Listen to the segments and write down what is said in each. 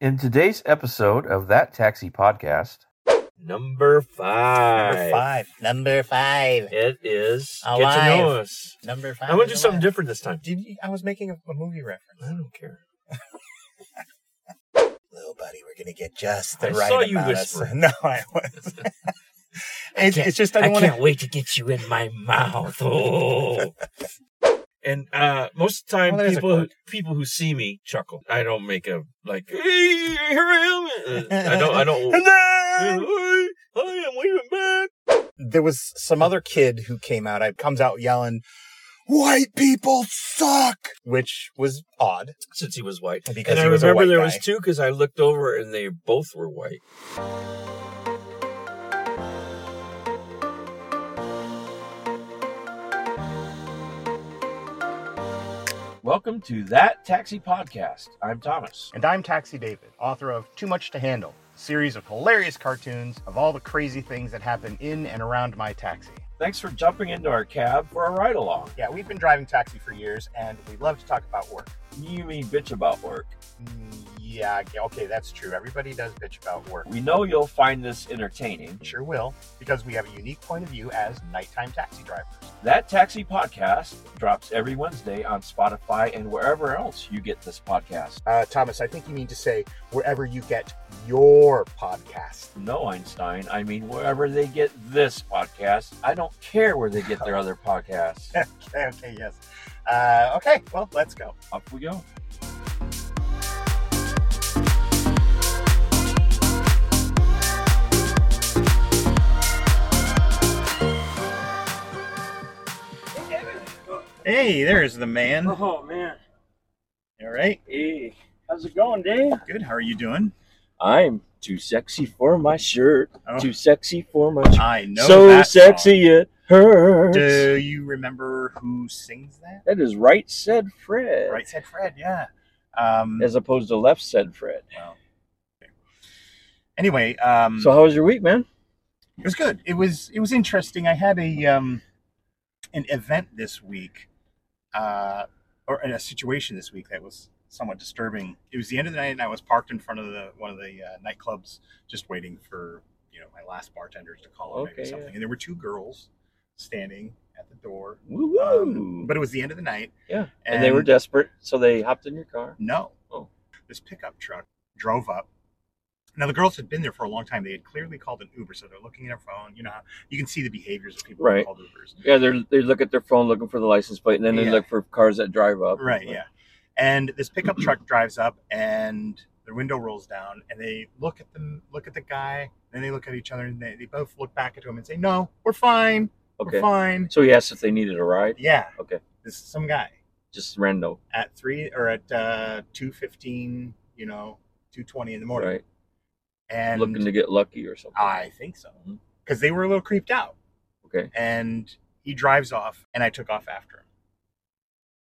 In today's episode of That Taxi Podcast, number five. Number five. Number five. It is Get to Alive. Know Us. Number five. I'm going is to do something alive. different this time. Did you, I was making a, a movie I reference. don't care. Little buddy, we're gonna get just the I right saw you amount of s- whisper. No, I was. it's, it's just I don't want to. wait to get you in my mouth. Oh. and uh, most of the time, Well, there's a people who, quirk. people who see me chuckle. I don't make a like. "Hey, here I am. Uh, I don't. I don't. Hello. I am waving back. There was some other kid who came out. I comes out yelling, "White people suck," which was odd. Since he was white, Because and he I was a remember white there guy. was two because I looked over and they both were white. Welcome to that taxi podcast. I'm Thomas. And I'm Taxi David, author of Too Much to Handle, a series of hilarious cartoons of all the crazy things that happen in and around my taxi. Thanks for jumping into our cab for a ride along. Yeah, we've been driving taxi for years, and we love to talk about work. You mean bitch about work. Mm, Yeah, okay, that's true. Everybody does bitch about work. We know you'll find this entertaining. Sure will, because we have a unique point of view as nighttime taxi drivers. That Taxi Podcast drops every Wednesday on Spotify and wherever else you get this podcast. Uh, Thomas, I think you mean to say wherever you get your podcast. No, Einstein. I mean, wherever they get this podcast, I don't care where they get their other podcasts. Okay, okay, yes. Uh, okay, well, let's go. Up we go. Hey, there's the man. All Oh man. right, Hey. How's it going, Dave? good. How are you doing? I'm too sexy for my shirt. Oh. Too sexy for my shirt. I know. So that song. sexy it hurts. Do you remember who sings that? That is right said Fred, Right said Fred, yeah. Um, as opposed to left said Fred. well, anyway, um, So how was your week, man? It was good. It was it was interesting. I had a um, an event this week, uh, or a situation this week that was somewhat disturbing. It was the end of the night, and I was parked in front of the one of the uh, nightclubs, just waiting for you know my last bartenders to call or Okay, maybe something. yeah. And there were two girls standing at the door. Woo Um, but it was the end of the night. yeah, and, they were desperate, so they hopped in your car. No. Oh. This pickup truck drove up. Now the girls had been there for a long time. They had clearly called an Uber, so they're looking at their phone. You know, how- you can see the behaviors of people who Right. called Ubers. Yeah, they are they look at their phone looking for the license plate, and then they Yeah. look for cars that drive up. Right, yeah. And this pickup truck drives up and the window rolls down and they look at them look at the guy, then they look at each other and they, they both look back at him and say, No, we're fine. Okay. We're fine. So he asked if they needed a ride. Yeah. Okay. This is some guy Just random. at three or at uh two fifteen, you know, two twenty in the morning. Right. And Looking to get lucky or something. I think so. Mhm. Because they were a little creeped out. Okay. And he drives off, and I took off after him.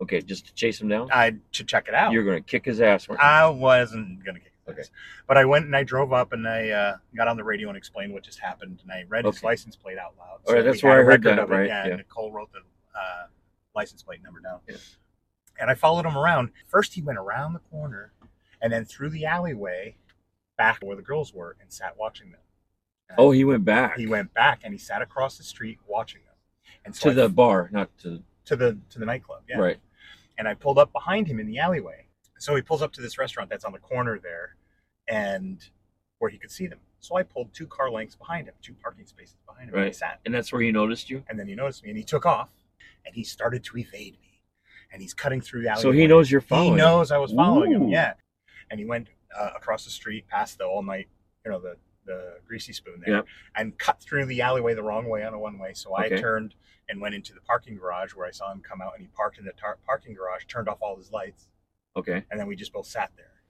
Okay, just to chase him down. I to check it out. You're gonna kick his ass. weren't you? I wasn't gonna kick his Okay. ass. but I went and I drove up and I uh, got on the radio and explained what just happened, and I read his Okay. license plate out loud. All right, we that's had where a I heard record that, of it. right? Yeah, Yeah. Nicole wrote the uh, license plate number down. Yeah. And I followed him around. First, he went around the corner, and then through the alleyway, back where the girls were, and sat watching them. And I oh, he went back. he went back and he sat across the street watching them. And so to I- the bar, not to to the to the nightclub, yeah. right. And I pulled up behind him in the alleyway. So he pulls up to this restaurant that's on the corner there, and where he could see them. So I pulled two car lengths behind him, two parking spaces behind him, and he Right. sat. And that's where he noticed you. And then he noticed me, and he took off, and he started to evade me, and he's cutting through the alleyway. So he knows you're following. He him. knows I was following Ooh. him. Yeah, and he went uh, across the street past the all night, you know, the the greasy spoon there, Yep. and cut through the alleyway the wrong way on a one way. So I Okay. turned and went into the parking garage where I saw him come out, and he parked in the tar- parking garage, turned off all his lights, Okay. and then we just both sat there.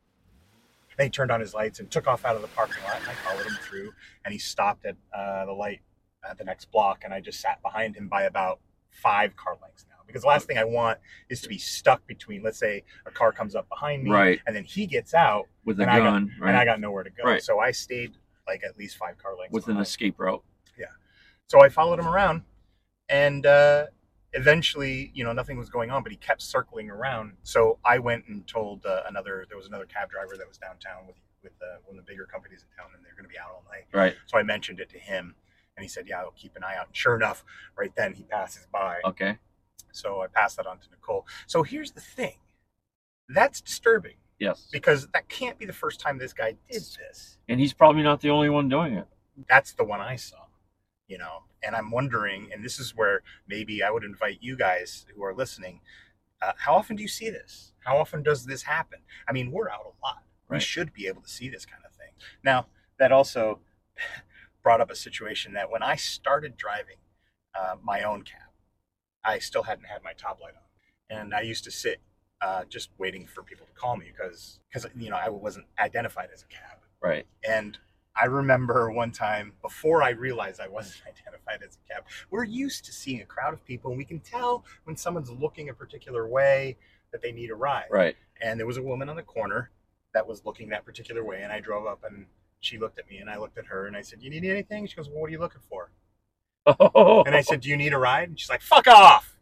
Then he turned on his lights and took off out of the parking lot, and I followed him through, and he stopped at uh, the light at the next block, and I just sat behind him by about five car lengths now. Because the last thing I want is to be stuck between, let's say, a car comes up behind me, Right. and then he gets out, With a And I got- gun. right. and I got nowhere to go. Right. So I stayed like at least five car lengths. with an behind. escape route. So I followed him around, and uh, eventually, you know, nothing was going on, but he kept circling around. So I went and told uh, another. There was another cab driver that was downtown with with uh, one of the bigger companies in town, and they're going to be out all night. Right. So I mentioned it to him, and he said, "Yeah, I'll keep an eye out." And sure enough, right then he passes by. Okay. So I passed that on to Nicole. So here's the thing, that's disturbing Yes. because that can't be the first time this guy did this. And he's probably not the only one doing it. That's the one I saw, you know. And I'm wondering, and this is where maybe I would invite you guys who are listening. Uh, how often do you see this? How often does this happen? I mean, we're out a lot. We Right. should be able to see this kind of thing. Now, that also brought up a situation that when I started driving uh, my own cab, I still hadn't had my top light on, and I used to sit uh, just waiting for people to call me because because you know I wasn't identified as a cab. Right. And I remember one time before I realized I wasn't identified as a cab, we're used to seeing a crowd of people and we can tell when someone's looking a particular way that they need a ride. Right. And there was a woman on the corner that was looking that particular way. And I drove up and she looked at me and I looked at her and I said, You need anything? She goes, Well, what are you looking for? And I said, Do you need a ride? And she's like, Fuck off.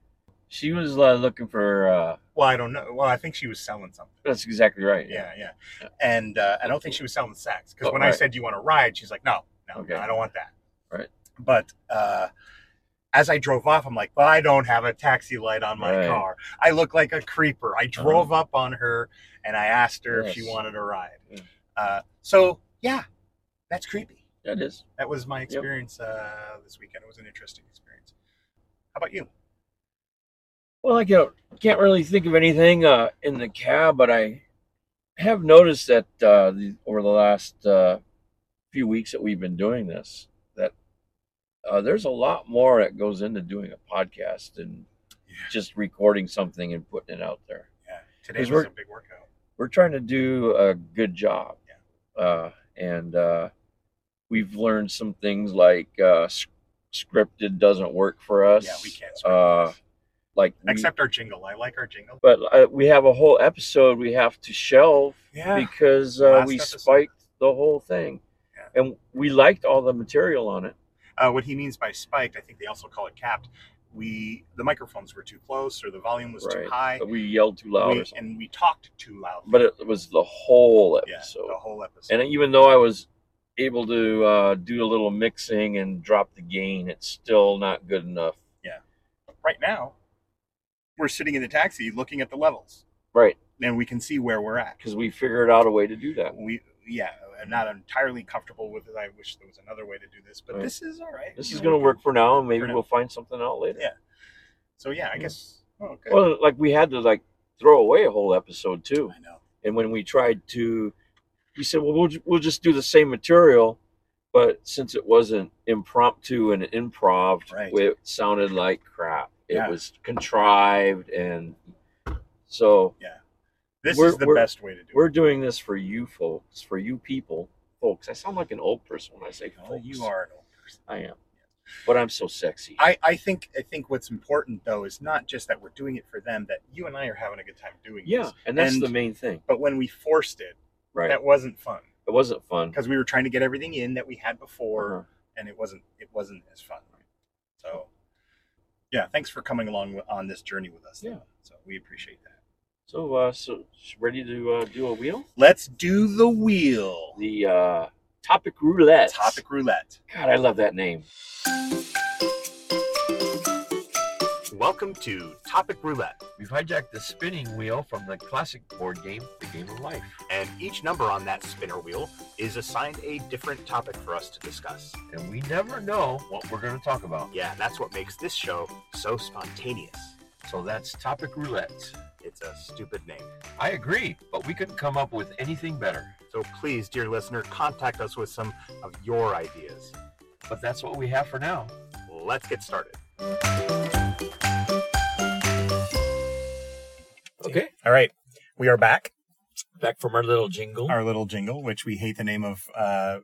she was uh, looking for. Uh, Well, I don't know. Well, I think she was selling something. that's exactly right. Yeah, yeah. Yeah. And uh, I don't think she was selling sex because Oh, when I right. said, "Do you want to ride?" She's like, "No, no, Okay. I don't want that." Right. But uh, as I drove off, I'm like, "Well, I don't have a taxi light on my Right. Uh-huh. car. I look like a creeper." I drove up on her and I asked her if she Yes. wanted a ride. Yeah. Uh, so yeah, that's creepy. That is. That was my experience uh, this weekend. It was an interesting experience. How about you? Well, I can't, can't really think of anything uh, in the cab, but I have noticed that uh, the, over the last uh, few weeks that we've been doing this, that uh, there's a lot more that goes into doing a podcast and Yeah. just recording something and putting it out there. Yeah, today Because was a we're- big workout. We're trying to do a good job, uh, and uh, we've learned some things like uh, s- scripted doesn't work for us. Yeah, we can't. script Uh, this. like we- Except our jingle. I like our jingle. but uh, we have a whole episode we have to shelve Yeah. because uh, Last we episode. spiked the whole thing and we liked all the material on it Uh, what he means by spiked, I think they also call it capped. We the microphones were too close or the volume was Right. too high, but we yelled too loud or we, something and we talked too loud. but it was the whole yeah, episode the whole episode. and even though i was able to uh, do a little mixing and drop the gain it's still not good enough right now, we're sitting in the taxi looking at the levels, right and we can see where we're at. because we figured out a way to do that We yeah, I'm not entirely comfortable with it. I wish there was another way to do this, but Right. this is all right. this You is know, going to we can- work for now and maybe for now. we'll find something out later Yeah. So yeah, I Yeah. guess. Oh, okay. well like we had to like throw away a whole episode too I know. and when we tried to we said well we'll, ju- we'll just do the same material but since it wasn't impromptu and improv Right. it sounded like crap it Yeah. was contrived and so This We're- is the we're- best way to do we're doing this for you folks for you people folks i sound like an old person when i say it. Oh, folks. you are an old person. i am but i'm so sexy I, I think I think what's important though is not just that we're doing it for them, that you and I are having a good time doing yeah this. and that's And- the main thing But when we forced it, right that wasn't fun it wasn't fun because we were trying to get everything in that we had before, Uh-huh. and it wasn't it wasn't as fun. So, yeah, thanks for coming along wi- on this journey with us. Yeah. so we appreciate that. so uh so ready to uh, do a wheel Let's do the wheel. the uh topic roulette Topic roulette. god i love that name Welcome to Topic Roulette, We've hijacked the spinning wheel from the classic board game, The Game of Life. and each number on that spinner wheel is assigned a different topic for us to discuss. And we never know what we're going to talk about. Yeah, and that's what makes this show so spontaneous. So that's topic roulette. It's a stupid name. I agree, but we couldn't come up with anything better. So please, dear listener, contact us with some of your ideas. But that's what we have for now. Let's get started. Okay, All right. We are back. back from our little jingle. Our little jingle, which we hate the name of uh,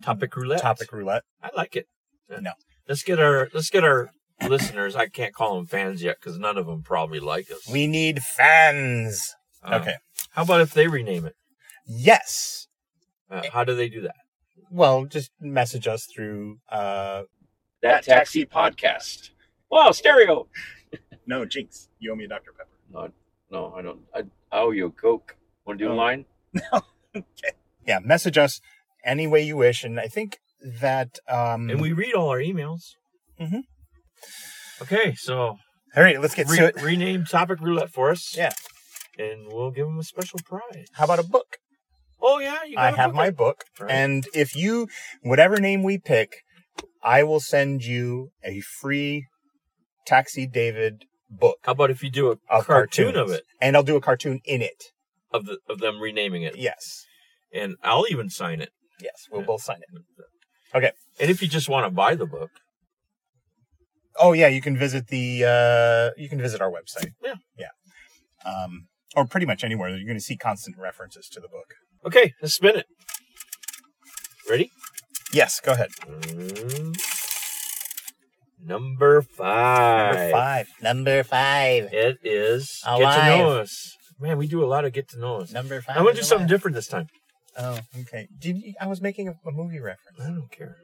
topic roulette. Topic Roulette. I like it. No. Let's get our let's get our listeners. I can't call them fans yet because none of them probably like us. We need fans. Um, Uh, okay. How about if they rename it? Yes. Uh, how do they do that? Well, just message us through. Uh, That Taxi Podcast. Wow, stereo. No, Jinx, you owe me a Dr. Pepper. No, no, I don't. I, I owe you a Coke. Want to do Oh. a line? Yeah, message us any way you wish, and I think that. Um, And we read all our emails. Mhm. Okay, so all right, let's get to re- it. rename topic roulette for us. Yeah. And we'll give them a special prize. How about a book? Oh, yeah. You I gotta have put my that- book, Right. and if you, whatever name we pick, I will send you a free Taxi David book How about if you do a of cartoon cartoons. of it, and I'll do a cartoon in it. of, the, of them renaming it? Yes, And I'll even sign it. yes, we'll Yeah. both sign it. Okay. And if you just want to buy the book, Oh yeah, you can visit the uh, you can visit our website. Yeah. yeah, um, or pretty much anywhere. You're going to see constant references to the book. okay, let's spin it. Ready? Yes, go ahead. Mm. Number five. Number five. Number five. It is get to Alive. know us. Man, we do a lot of get to know us. Number five. I'm gonna do is something alive. different this time. Oh, okay. Did you, I was making a, a movie reference? I don't care.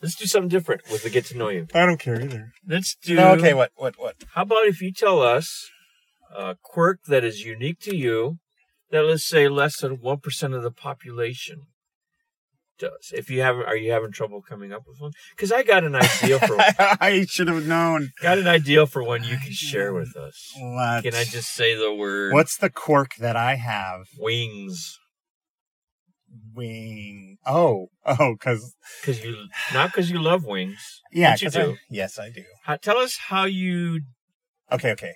Let's do something different with the get to know you. I don't care either. Let's do. No, okay. What? What? What? How about if you tell us a quirk that is unique to you that let's say less than one percent of the population does? If you have, are you having trouble coming up with one? Because I got an idea for I should have known. got an idea for one you can share with us. What? Can I just say the word What's the quirk that I have? wings? Wing. Oh, oh, because Because you not because you love wings. yeah, But you 'cause I- do. yes, I do. How, tell us how you Okay, okay.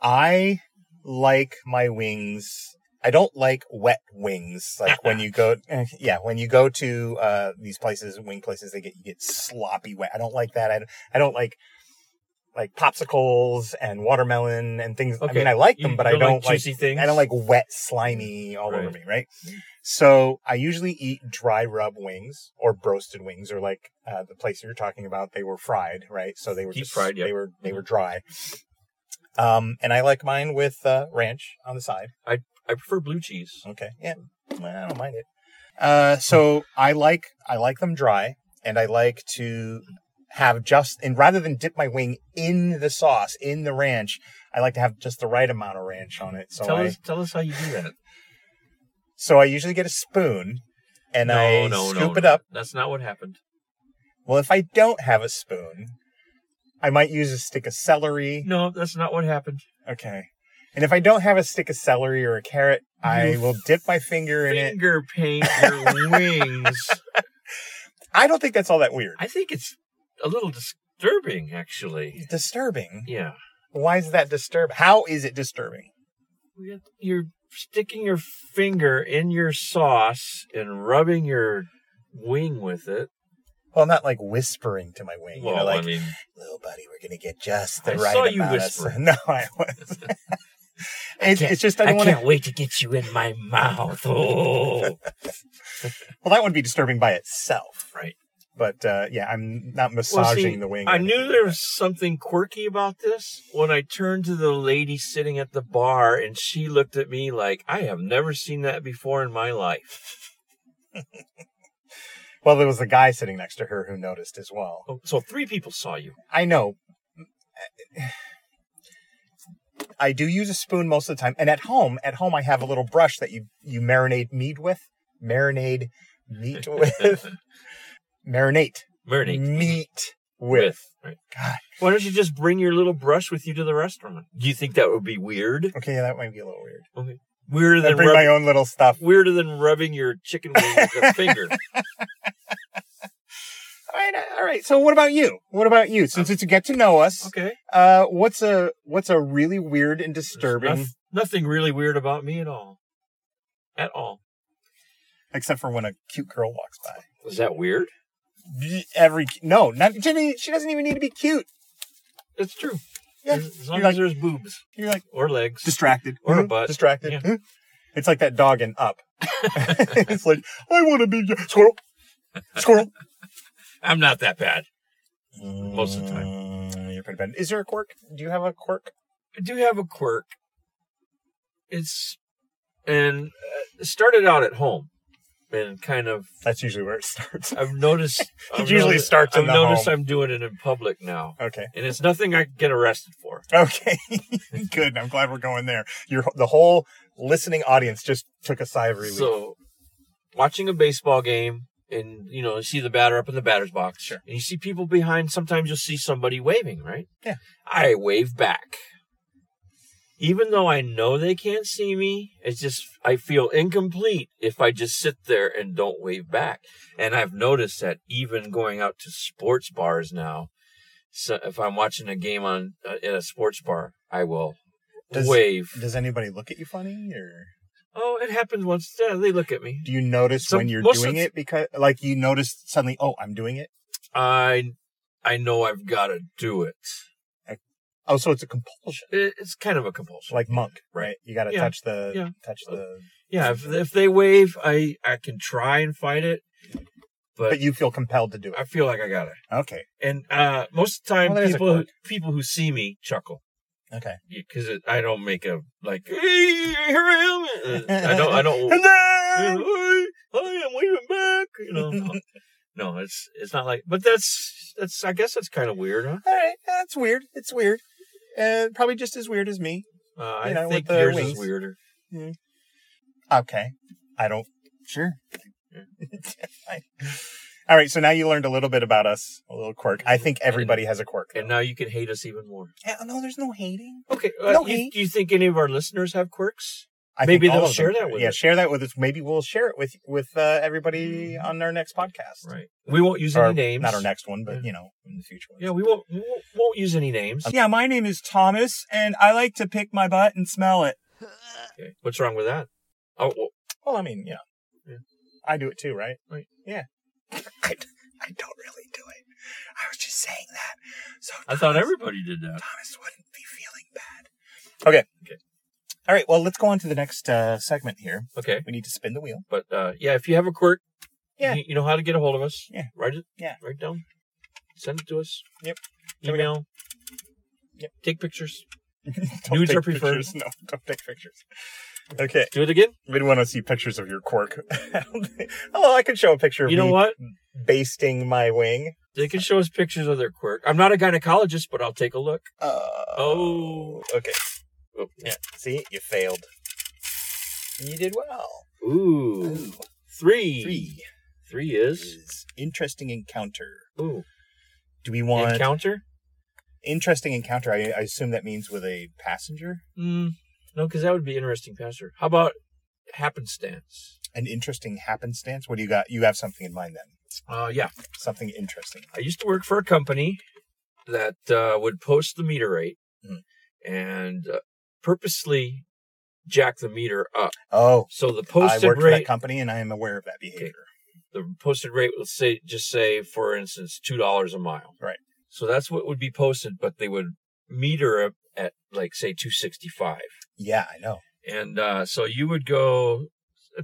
I like my wings. I don't like wet wings. Like when you go, eh, yeah, when you go to uh, these places, wing places, they get you get sloppy wet. I don't like that. I, I don't like like popsicles and watermelon and things. I Okay. mean, I like you them, but I don't like like. juicy things. I don't like wet, slimy all over Right. me, right? So I usually eat dry rub wings or broasted wings, or like uh, the place you're talking about, they were fried, right? So they were Deep just fried, yeah. Mm-hmm. They were they were dry. Um, and I like mine with uh, ranch on the side. I prefer blue cheese. Okay, yeah, Well, I don't mind it. Uh, so I like I like them dry, and I like to have just and rather than dip my wing in the sauce in the ranch, I like to have just the right amount of ranch on it. So tell I us tell us how you do that. so I usually get a spoon, and I scoop it up. That's not what happened. Well, if I don't have a spoon, I might use a stick of celery. No, that's not what happened. Okay. And if I don't have a stick of celery or a carrot, I You will dip my finger in it. Finger paint your wings. I don't think that's all that weird. I think it's a little disturbing, actually. Disturbing. Yeah, Why is that disturbing? How is it disturbing? you're sticking your finger in your sauce and rubbing your wing with it. Well, not like whispering to my wing. you know, Well, like, I mean, little buddy, we're gonna get just the I right saw amount. you of whisper. s- No, I was. it's, can't- it's just I I don't want to. can't wait to get you in my mouth. Oh. Well, that would be disturbing by itself, Right. But uh, yeah, I'm not massaging see, the wing. or I knew anything. there was something quirky about this when I turned to the lady sitting at the bar and she looked at me like, I have never seen that before in my life. Well, there was a guy sitting next to her who noticed as well. Oh, So three people saw you. I know. I do use a spoon most of the time, and at home, at home, I have a little brush that you you marinate meat with, marinade meat with, marinate Marinate. meat with. Right. God. Why don't you just bring your little brush with you to the restaurant? Do you think that would be weird? Okay, that might be a little weird. Weirder I than bring my rubbing, own little stuff. weirder than rubbing your chicken wing with a finger. All right, all right. So, what about you? What about you? Since Uh, it's a get to know us, Okay. uh, what's a what's a really weird and disturbing, Noth- nothing really weird about me at all. At all. except for when a cute girl walks by. Was that weird? every no, not Jenny. She doesn't even need to be cute. It's true. Yeah, As as long You're as there's boobs. you're like or legs. distracted Or a Mhm. butt. Distracted. Yeah. Mhm. It's like that dog in Up. it's like I want to be squirrel, squirrel. I'm not that bad. Most of the time. Mm, you're pretty bad. Is there a quirk? Do you have a quirk? I do have a quirk. It's and uh, it started out at home. been kind of That's usually where it starts. I've noticed. I've usually noticed, starts in I've the noticed home. I'm doing it in public now, Okay. and it's nothing I can get arrested for. Okay. Good. I'm glad we're going there. Your the whole listening audience just took a sigh of relief. So, watching a baseball game, and you know, you see the batter up in the batter's box, Sure. and you see people behind. Sometimes you'll see somebody waving, right? Yeah. I wave back, even though I know they can't see me. It's just I feel incomplete if I just sit there and don't wave back. And I've noticed that even going out to sports bars now. So if I'm watching a game on uh, at a sports bar, I will Does- wave. Does anybody look at you funny or oh, it happens once. Yeah, they look at me. do you notice So when you're most of doing the- it because like you notice suddenly, oh, I'm doing it? I I know I've got to do it. Oh, so it's a compulsion. It- It's kind of a compulsion. Like monk, right? You gotta Yeah. touch the Yeah. touch the yeah, if, if they wave, I I can try and fight it, but, but you feel compelled to do I it. feel like I got to. Okay. And uh, most of the time, Well, there's a people who, quirk. people who see me chuckle Okay. because I don't make a like hey, here I am. Uh, I don't I don't. Hello! I am waving back. You know, no, no, it's it's not like. But that's that's I guess that's kind of weird, huh? All right, that's weird. It's weird. Uh, probably just as weird as me. Uh, I You know, with think the yours wings. is weirder. Okay. I don't. Sure. Yeah. Fine. All right. So now you learned a little bit about us, a little quirk. I think everybody has a quirk. And now you can hate us even more. Yeah, no, there's no hating. Okay. Uh, No you- hate. do you think any of our listeners have quirks? I Maybe think all they'll of share them- that with Yeah, us. share that with us. Maybe we'll share it with with uh, everybody on our next podcast. Right. We won't use Or any names. Not our next one, but Yeah. you know, in the future. ones. Um, Yeah, we won't, we won't won't use any names. Yeah, my name is Thomas, and I like to pick my butt and smell it. Okay. What's wrong with that? Oh, well, Well, I mean, you know, Yeah. I do it too, right? Right. Yeah. I, d- I don't really do it. I was just saying that. So I thought everybody did that. Thomas wouldn't be feeling bad. Okay. Okay. All right. Well, let's go on to the next uh, segment here. Okay. We need to spin the wheel. But uh, yeah, if you have a quirk, Yeah. you, you know how to get a hold of us. Yeah. Write it. Yeah. Write it down. Send it to us. Yep. Here we go. Email. Yep. Take pictures. Don't Nudes take are preferred. pictures. No, don't take pictures. Okay. Do it again. We don't want to see pictures of your quirk. I don't think- Although I could show a picture of You know me what? basting my wing. They can show us pictures of their quirk. I'm not a gynecologist, but I'll take a look. Uh, Oh. Okay. Oh, Yeah. See, you failed. You did well. Ooh. Three. Three Three is. is interesting encounter. Ooh. Do we want Encounter. interesting encounter? I, I assume that means with a passenger. Mm, no, because that would be interesting, Pastor. How about happenstance? An interesting happenstance. What do you got? You have something in mind then? Uh, yeah, Something interesting. I used to work for a company that uh, would post the meter rate Mhm. and uh, purposely jack the meter up. Oh, So the I posted work for that rate, company and I am aware of that behavior. the posted rate, let's say, just say for instance, two dollars a mile. Right. So that's what would be posted, but they would meter it at like say two sixty five. Yeah, I know. And uh, so you would go.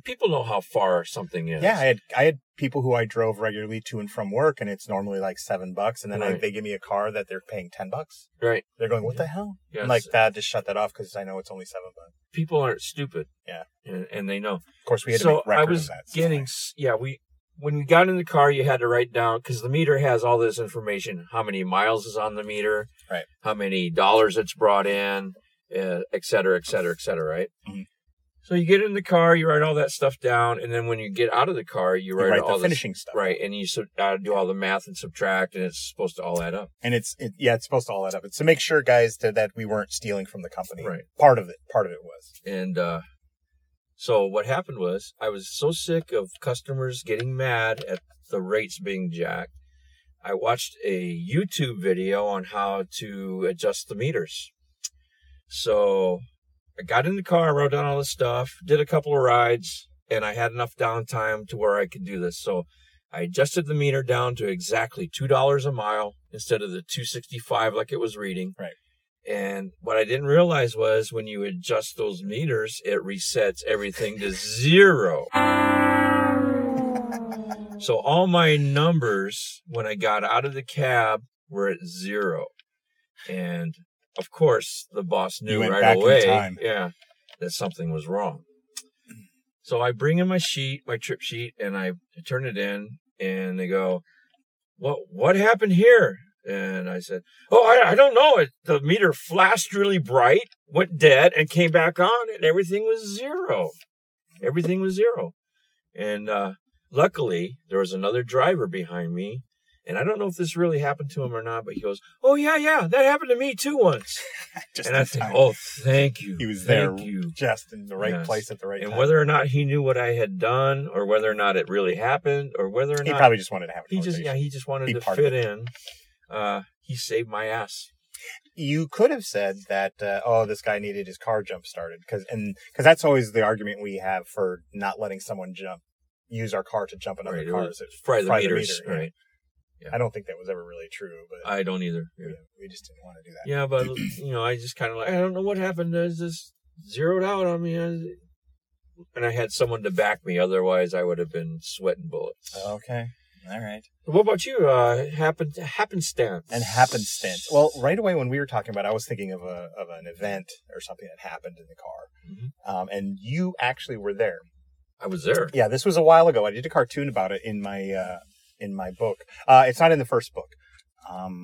People know how far something is. Yeah, I had I had people who I drove regularly to and from work, and it's normally like seven bucks, and then I, Right. they give me a car that they're paying ten bucks. right. They're going, "What Yeah. the hell?" Yes. I'm like, "Dad, just shut that off because I know it's only seven bucks." people aren't stupid. Yeah. And, and they know. Of course, we had to so make I record was of that. so- getting, s- yeah, we, when we got in the car, you had to write down, because the meter has all this information how many miles is on the meter, Right. how many dollars it's brought in, uh, et cetera, et cetera, et cetera, right? Mhm. So you get in the car, you write all that stuff down, and then when you get out of the car, you You write, write all the this- finishing stuff, Right, and you sub- uh, do all the math and subtract, and it's supposed to all add up. And it's it, yeah, it's supposed to all add up. It's to make sure, guys, that, that we weren't stealing from the company. Right. Part of it, part of it was. And uh, so what happened was I was so sick of customers getting mad at the rates being jacked. I watched a YouTube video on how to adjust the meters. So I got in the car, wrote down all this stuff, did a couple of rides, and I had enough downtime to where I could do this. So I adjusted the meter down to exactly two dollars a mile instead of the two sixty five like it was reading. Right. And what I didn't realize was when you adjust those meters, it resets everything to zero. so all my numbers when I got out of the cab were at zero. And of course, the boss knew went right back in away. time. Yeah. That something was wrong. So I bring in my sheet, my trip sheet, and I turn it in, and they go, "What what happened here?" And I said, "Oh, I, I don't know. It, the meter flashed really bright, went dead, and came back on, and everything was zero. Everything was zero. And uh, luckily, there was another driver behind me." And I don't know if this really happened to him or not, but he goes, "Oh yeah, yeah, that happened to me too once." Just and I in think, time. "Oh, thank you, he was there, thank you." just in the right Yes. place at the right and time. whether or not he knew what I had done, or whether or not it really happened, or whether or he not probably just wanted to have a he just conversation. yeah he just wanted be to part of fit it. in, uh, he saved my ass. you could have said that uh, oh this guy needed his car jump started because and because that's always the argument we have for not letting someone jump use our car to jump another Right, it car was is it fry the fry the meters, meter, yeah. right? i don't think that was ever really true but I don't either. you Yeah, know, we just didn't want to do that Yeah, but you know, I just kind of like I don't know what happened. I was just zeroed out on me, I- and I had someone to back me. Otherwise, I would have been sweating bullets. okay all right What about you? Uh, happen happenstance and happenstance well right away when we were talking about it, i was thinking of a of an event or something that happened in the Mhm. car um, and you actually were there I was there. yeah this was a while ago i did a cartoon about it in my uh in my book uh it's not in the first book um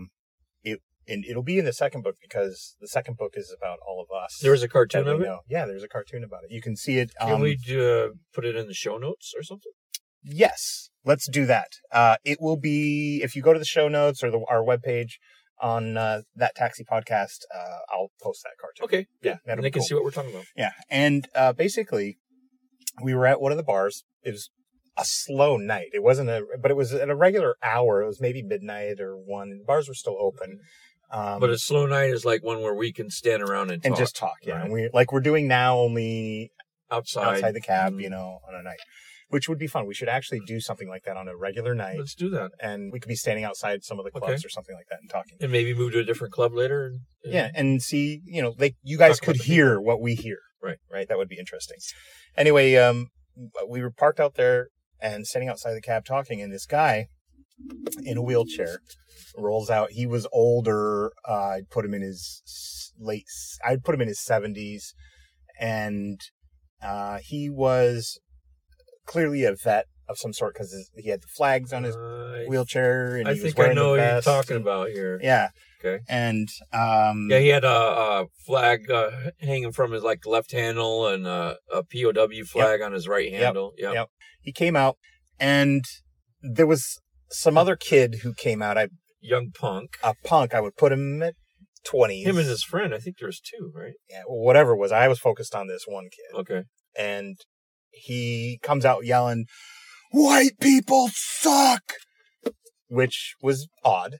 it and it'll be in the second book because the second book is about all of us There was a that cartoon we of it. know. yeah there's a cartoon about it you can see it um, Can we do, uh, put it in the show notes or something? yes let's do that uh it will be if you go to the show notes or the our webpage on uh, that taxi podcast uh i'll post that cartoon Okay. Yeah, that'll And be they can cool. see what we're talking about. Yeah, and uh, basically, we were at one of the bars. It was a slow night. It wasn't a, but it was at a regular hour. It was maybe midnight or one. The bars were still open, um, but a slow night is like one where we can stand around and, and talk just talk. Yeah, Right. and we like we're doing now only outside. outside the cab. You Mhm. know, on a night, which would be fun. We should actually do something like that on a regular night, Let's do that. and we could be standing outside some of the Okay. clubs or something like that and talking. And maybe move to a different club later. And, and- yeah and see you know like you guys Talk about could the hear what we hear Right. right that would be interesting anyway um we were parked out there and standing outside the cab talking and this guy in a wheelchair rolls out he was older uh, i'd put him in his s- late s- i'd put him in his 70s and uh, he was clearly a vet of some sort because he had the flags on his uh, I- wheelchair and I he was think wearing I know the what you're vest. talking about here. yeah Okay. and um Yeah, he had a, a flag uh, hanging from his like left handle and uh, a POW flag on his right Yep. handle. Yeah. Yep. he came out and there was some other kid who came out I, Young punk. a punk i would put him at 20s Him and his friend. I think there was two, right? yeah, whatever it was i was focused on this one kid Okay. and he comes out yelling white people suck which was odd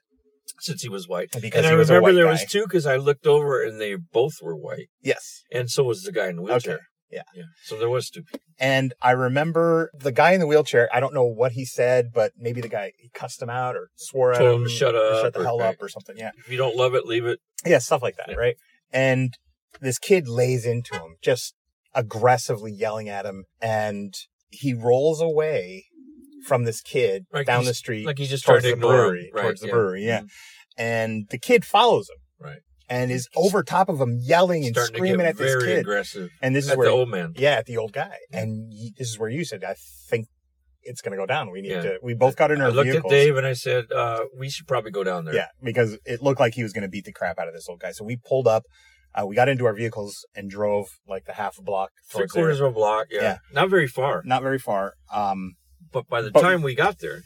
Since he was white. because and he I was a remember white there guy. was two because I looked over and they both were white, yes and so was the guy in the wheelchair. Okay, yeah. yeah. So there was two. people. And I remember the guy in the wheelchair. I don't know what he said, but maybe the guy he cussed him out or swore at Told him, him to shut or up um, shut the or- hell right. up, or something. Yeah, If you don't love it, leave it. yeah, stuff like that, Yeah. right? And this kid lays into him, just aggressively yelling at him, and he rolls away from this kid Like down he's- the street, Like he just tried towards to the ignore brewery, him. Right, Mm-hmm. towards the brewery, yeah. and the kid follows him, Right. and is over top of him, yelling and Starting to screaming get at this very kid. aggressive. and this is at where the old man. yeah, at the old guy. And y- this is where you said, I think it's going to go down. We need Yeah. to, we both got in I our looked vehicles. at Dave and I said, uh, "We should probably go down there." Yeah, because it looked like he was going to beat the crap out of this old guy. So we pulled up, uh, we got into our vehicles and drove like the half a block three towards there. quarters of a block. Yeah. Yeah. not very far. Not very far. Um, But by the But- time we got there,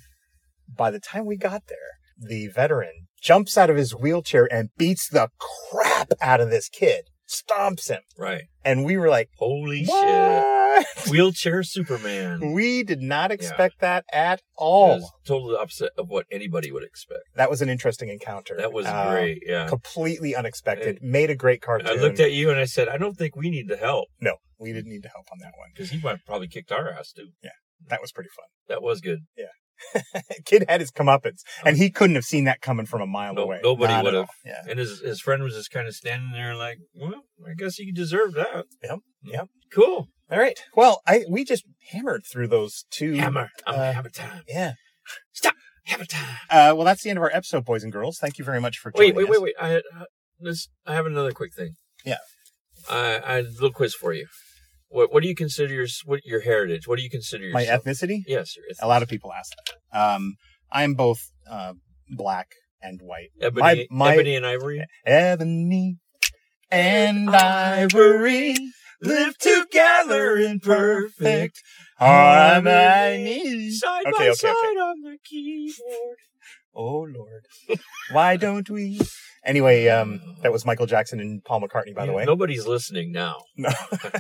by the time we got there, the veteran jumps out of his wheelchair and beats the crap out of this kid, stomps him. right? And we were like, Holy what? shit! Wheelchair Superman. We did not expect that at all. It was totally opposite of what anybody would expect. that was an interesting encounter. That was Uh, great. Yeah. Completely unexpected. Made a great cartoon. I looked at you and I said, "I don't think we need the help No, we didn't need to help on that one. because he might probably kicked our ass too." That was pretty fun. That was good. Kid had his comeuppance, and he couldn't have seen that coming from a mile No- away. nobody Not at would have. all. Yeah. And his his friend was just kind of standing there, like, "Well, I guess he deserved that." Mm. Yep, yep. Cool. All right. Well, I we just hammered through those two. Hammer. I'm Uh, hammer time. Yeah. Hammer time. Uh, well, that's the end of our episode, boys and girls. Thank you very much for Wait, joining wait, us. wait, wait. I had, uh, this. I have another quick thing. Yeah. I I had a little quiz for you. What What do you consider your s- what your heritage? What do you consider My yourself? ethnicity? Yes, your ethnicity. A lot of people ask that. Um, I'm both uh, black and white. ebony, my- my- ebony and ivory. Ebony and ivory live together in perfect harmony. Side Okay, by okay, okay. side on the keyboard. Oh Lord, why don't we? Anyway, um, that was Michael Jackson and Paul McCartney, by the Yeah, way. Nobody's listening now. No.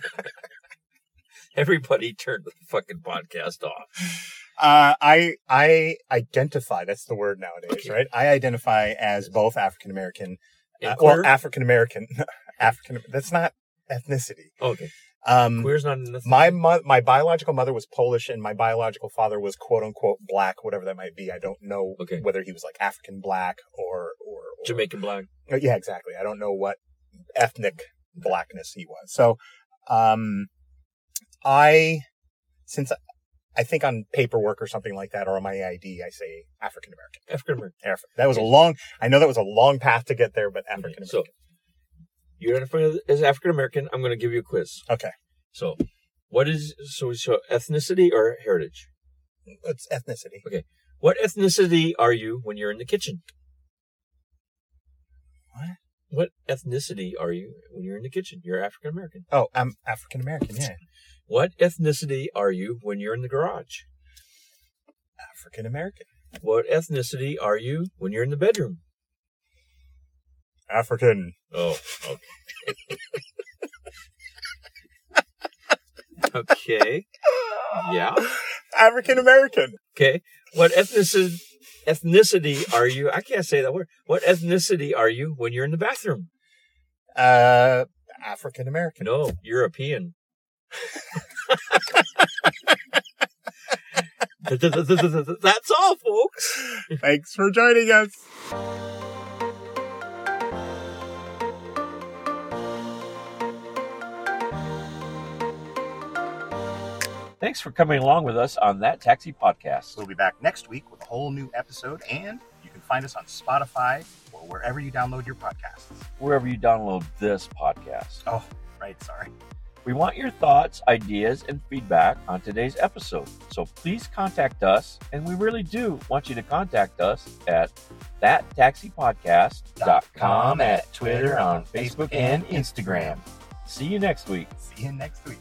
Everybody turned the fucking podcast off. Uh, I I identify. That's the word nowadays, Okay. right? I identify as both African American, And uh, queer? well, African American, African. That's not ethnicity. okay. Um, Queer's not enough. my mo- my biological mother was Polish, and my biological father was quote unquote black, whatever that might be. I don't know Okay. whether he was like African black or or, or Jamaican black. Uh, Yeah, exactly. I don't know what ethnic blackness he was. So, um, I, since I, I think on paperwork or something like that, or on my ID, I say African American. African American. Af- That was a long, I know that was a long path to get there, but Okay, African American. So you identify as African American. I'm going to give you a quiz. Okay. So what is so so ethnicity or heritage? it's ethnicity. What ethnicity are you when you're in the kitchen? What? What ethnicity are you when you're in the kitchen? You're African American. Oh, I'm African American. Yeah. What ethnicity are you when you're in the garage? African American. What ethnicity are you when you're in the bedroom? African. Oh, okay. okay. Yeah. African American. Okay. What ethnicity ethnicity are you? I can't say that word. What ethnicity are you when you're in the bathroom? Uh, African American. No, European. That's all, folks. Thanks for joining us. Thanks for coming along with us on that taxi podcast. We'll be back next week with a whole new episode, and you can find us on Spotify or wherever you download your podcasts. wherever you download this podcast. Oh, right, sorry. We want your thoughts, ideas, and feedback on today's episode. So please contact us, and we really do want you to contact us at um, thattaxipodcast.com at Twitter, on Facebook, and Instagram. See you next week. See you next week.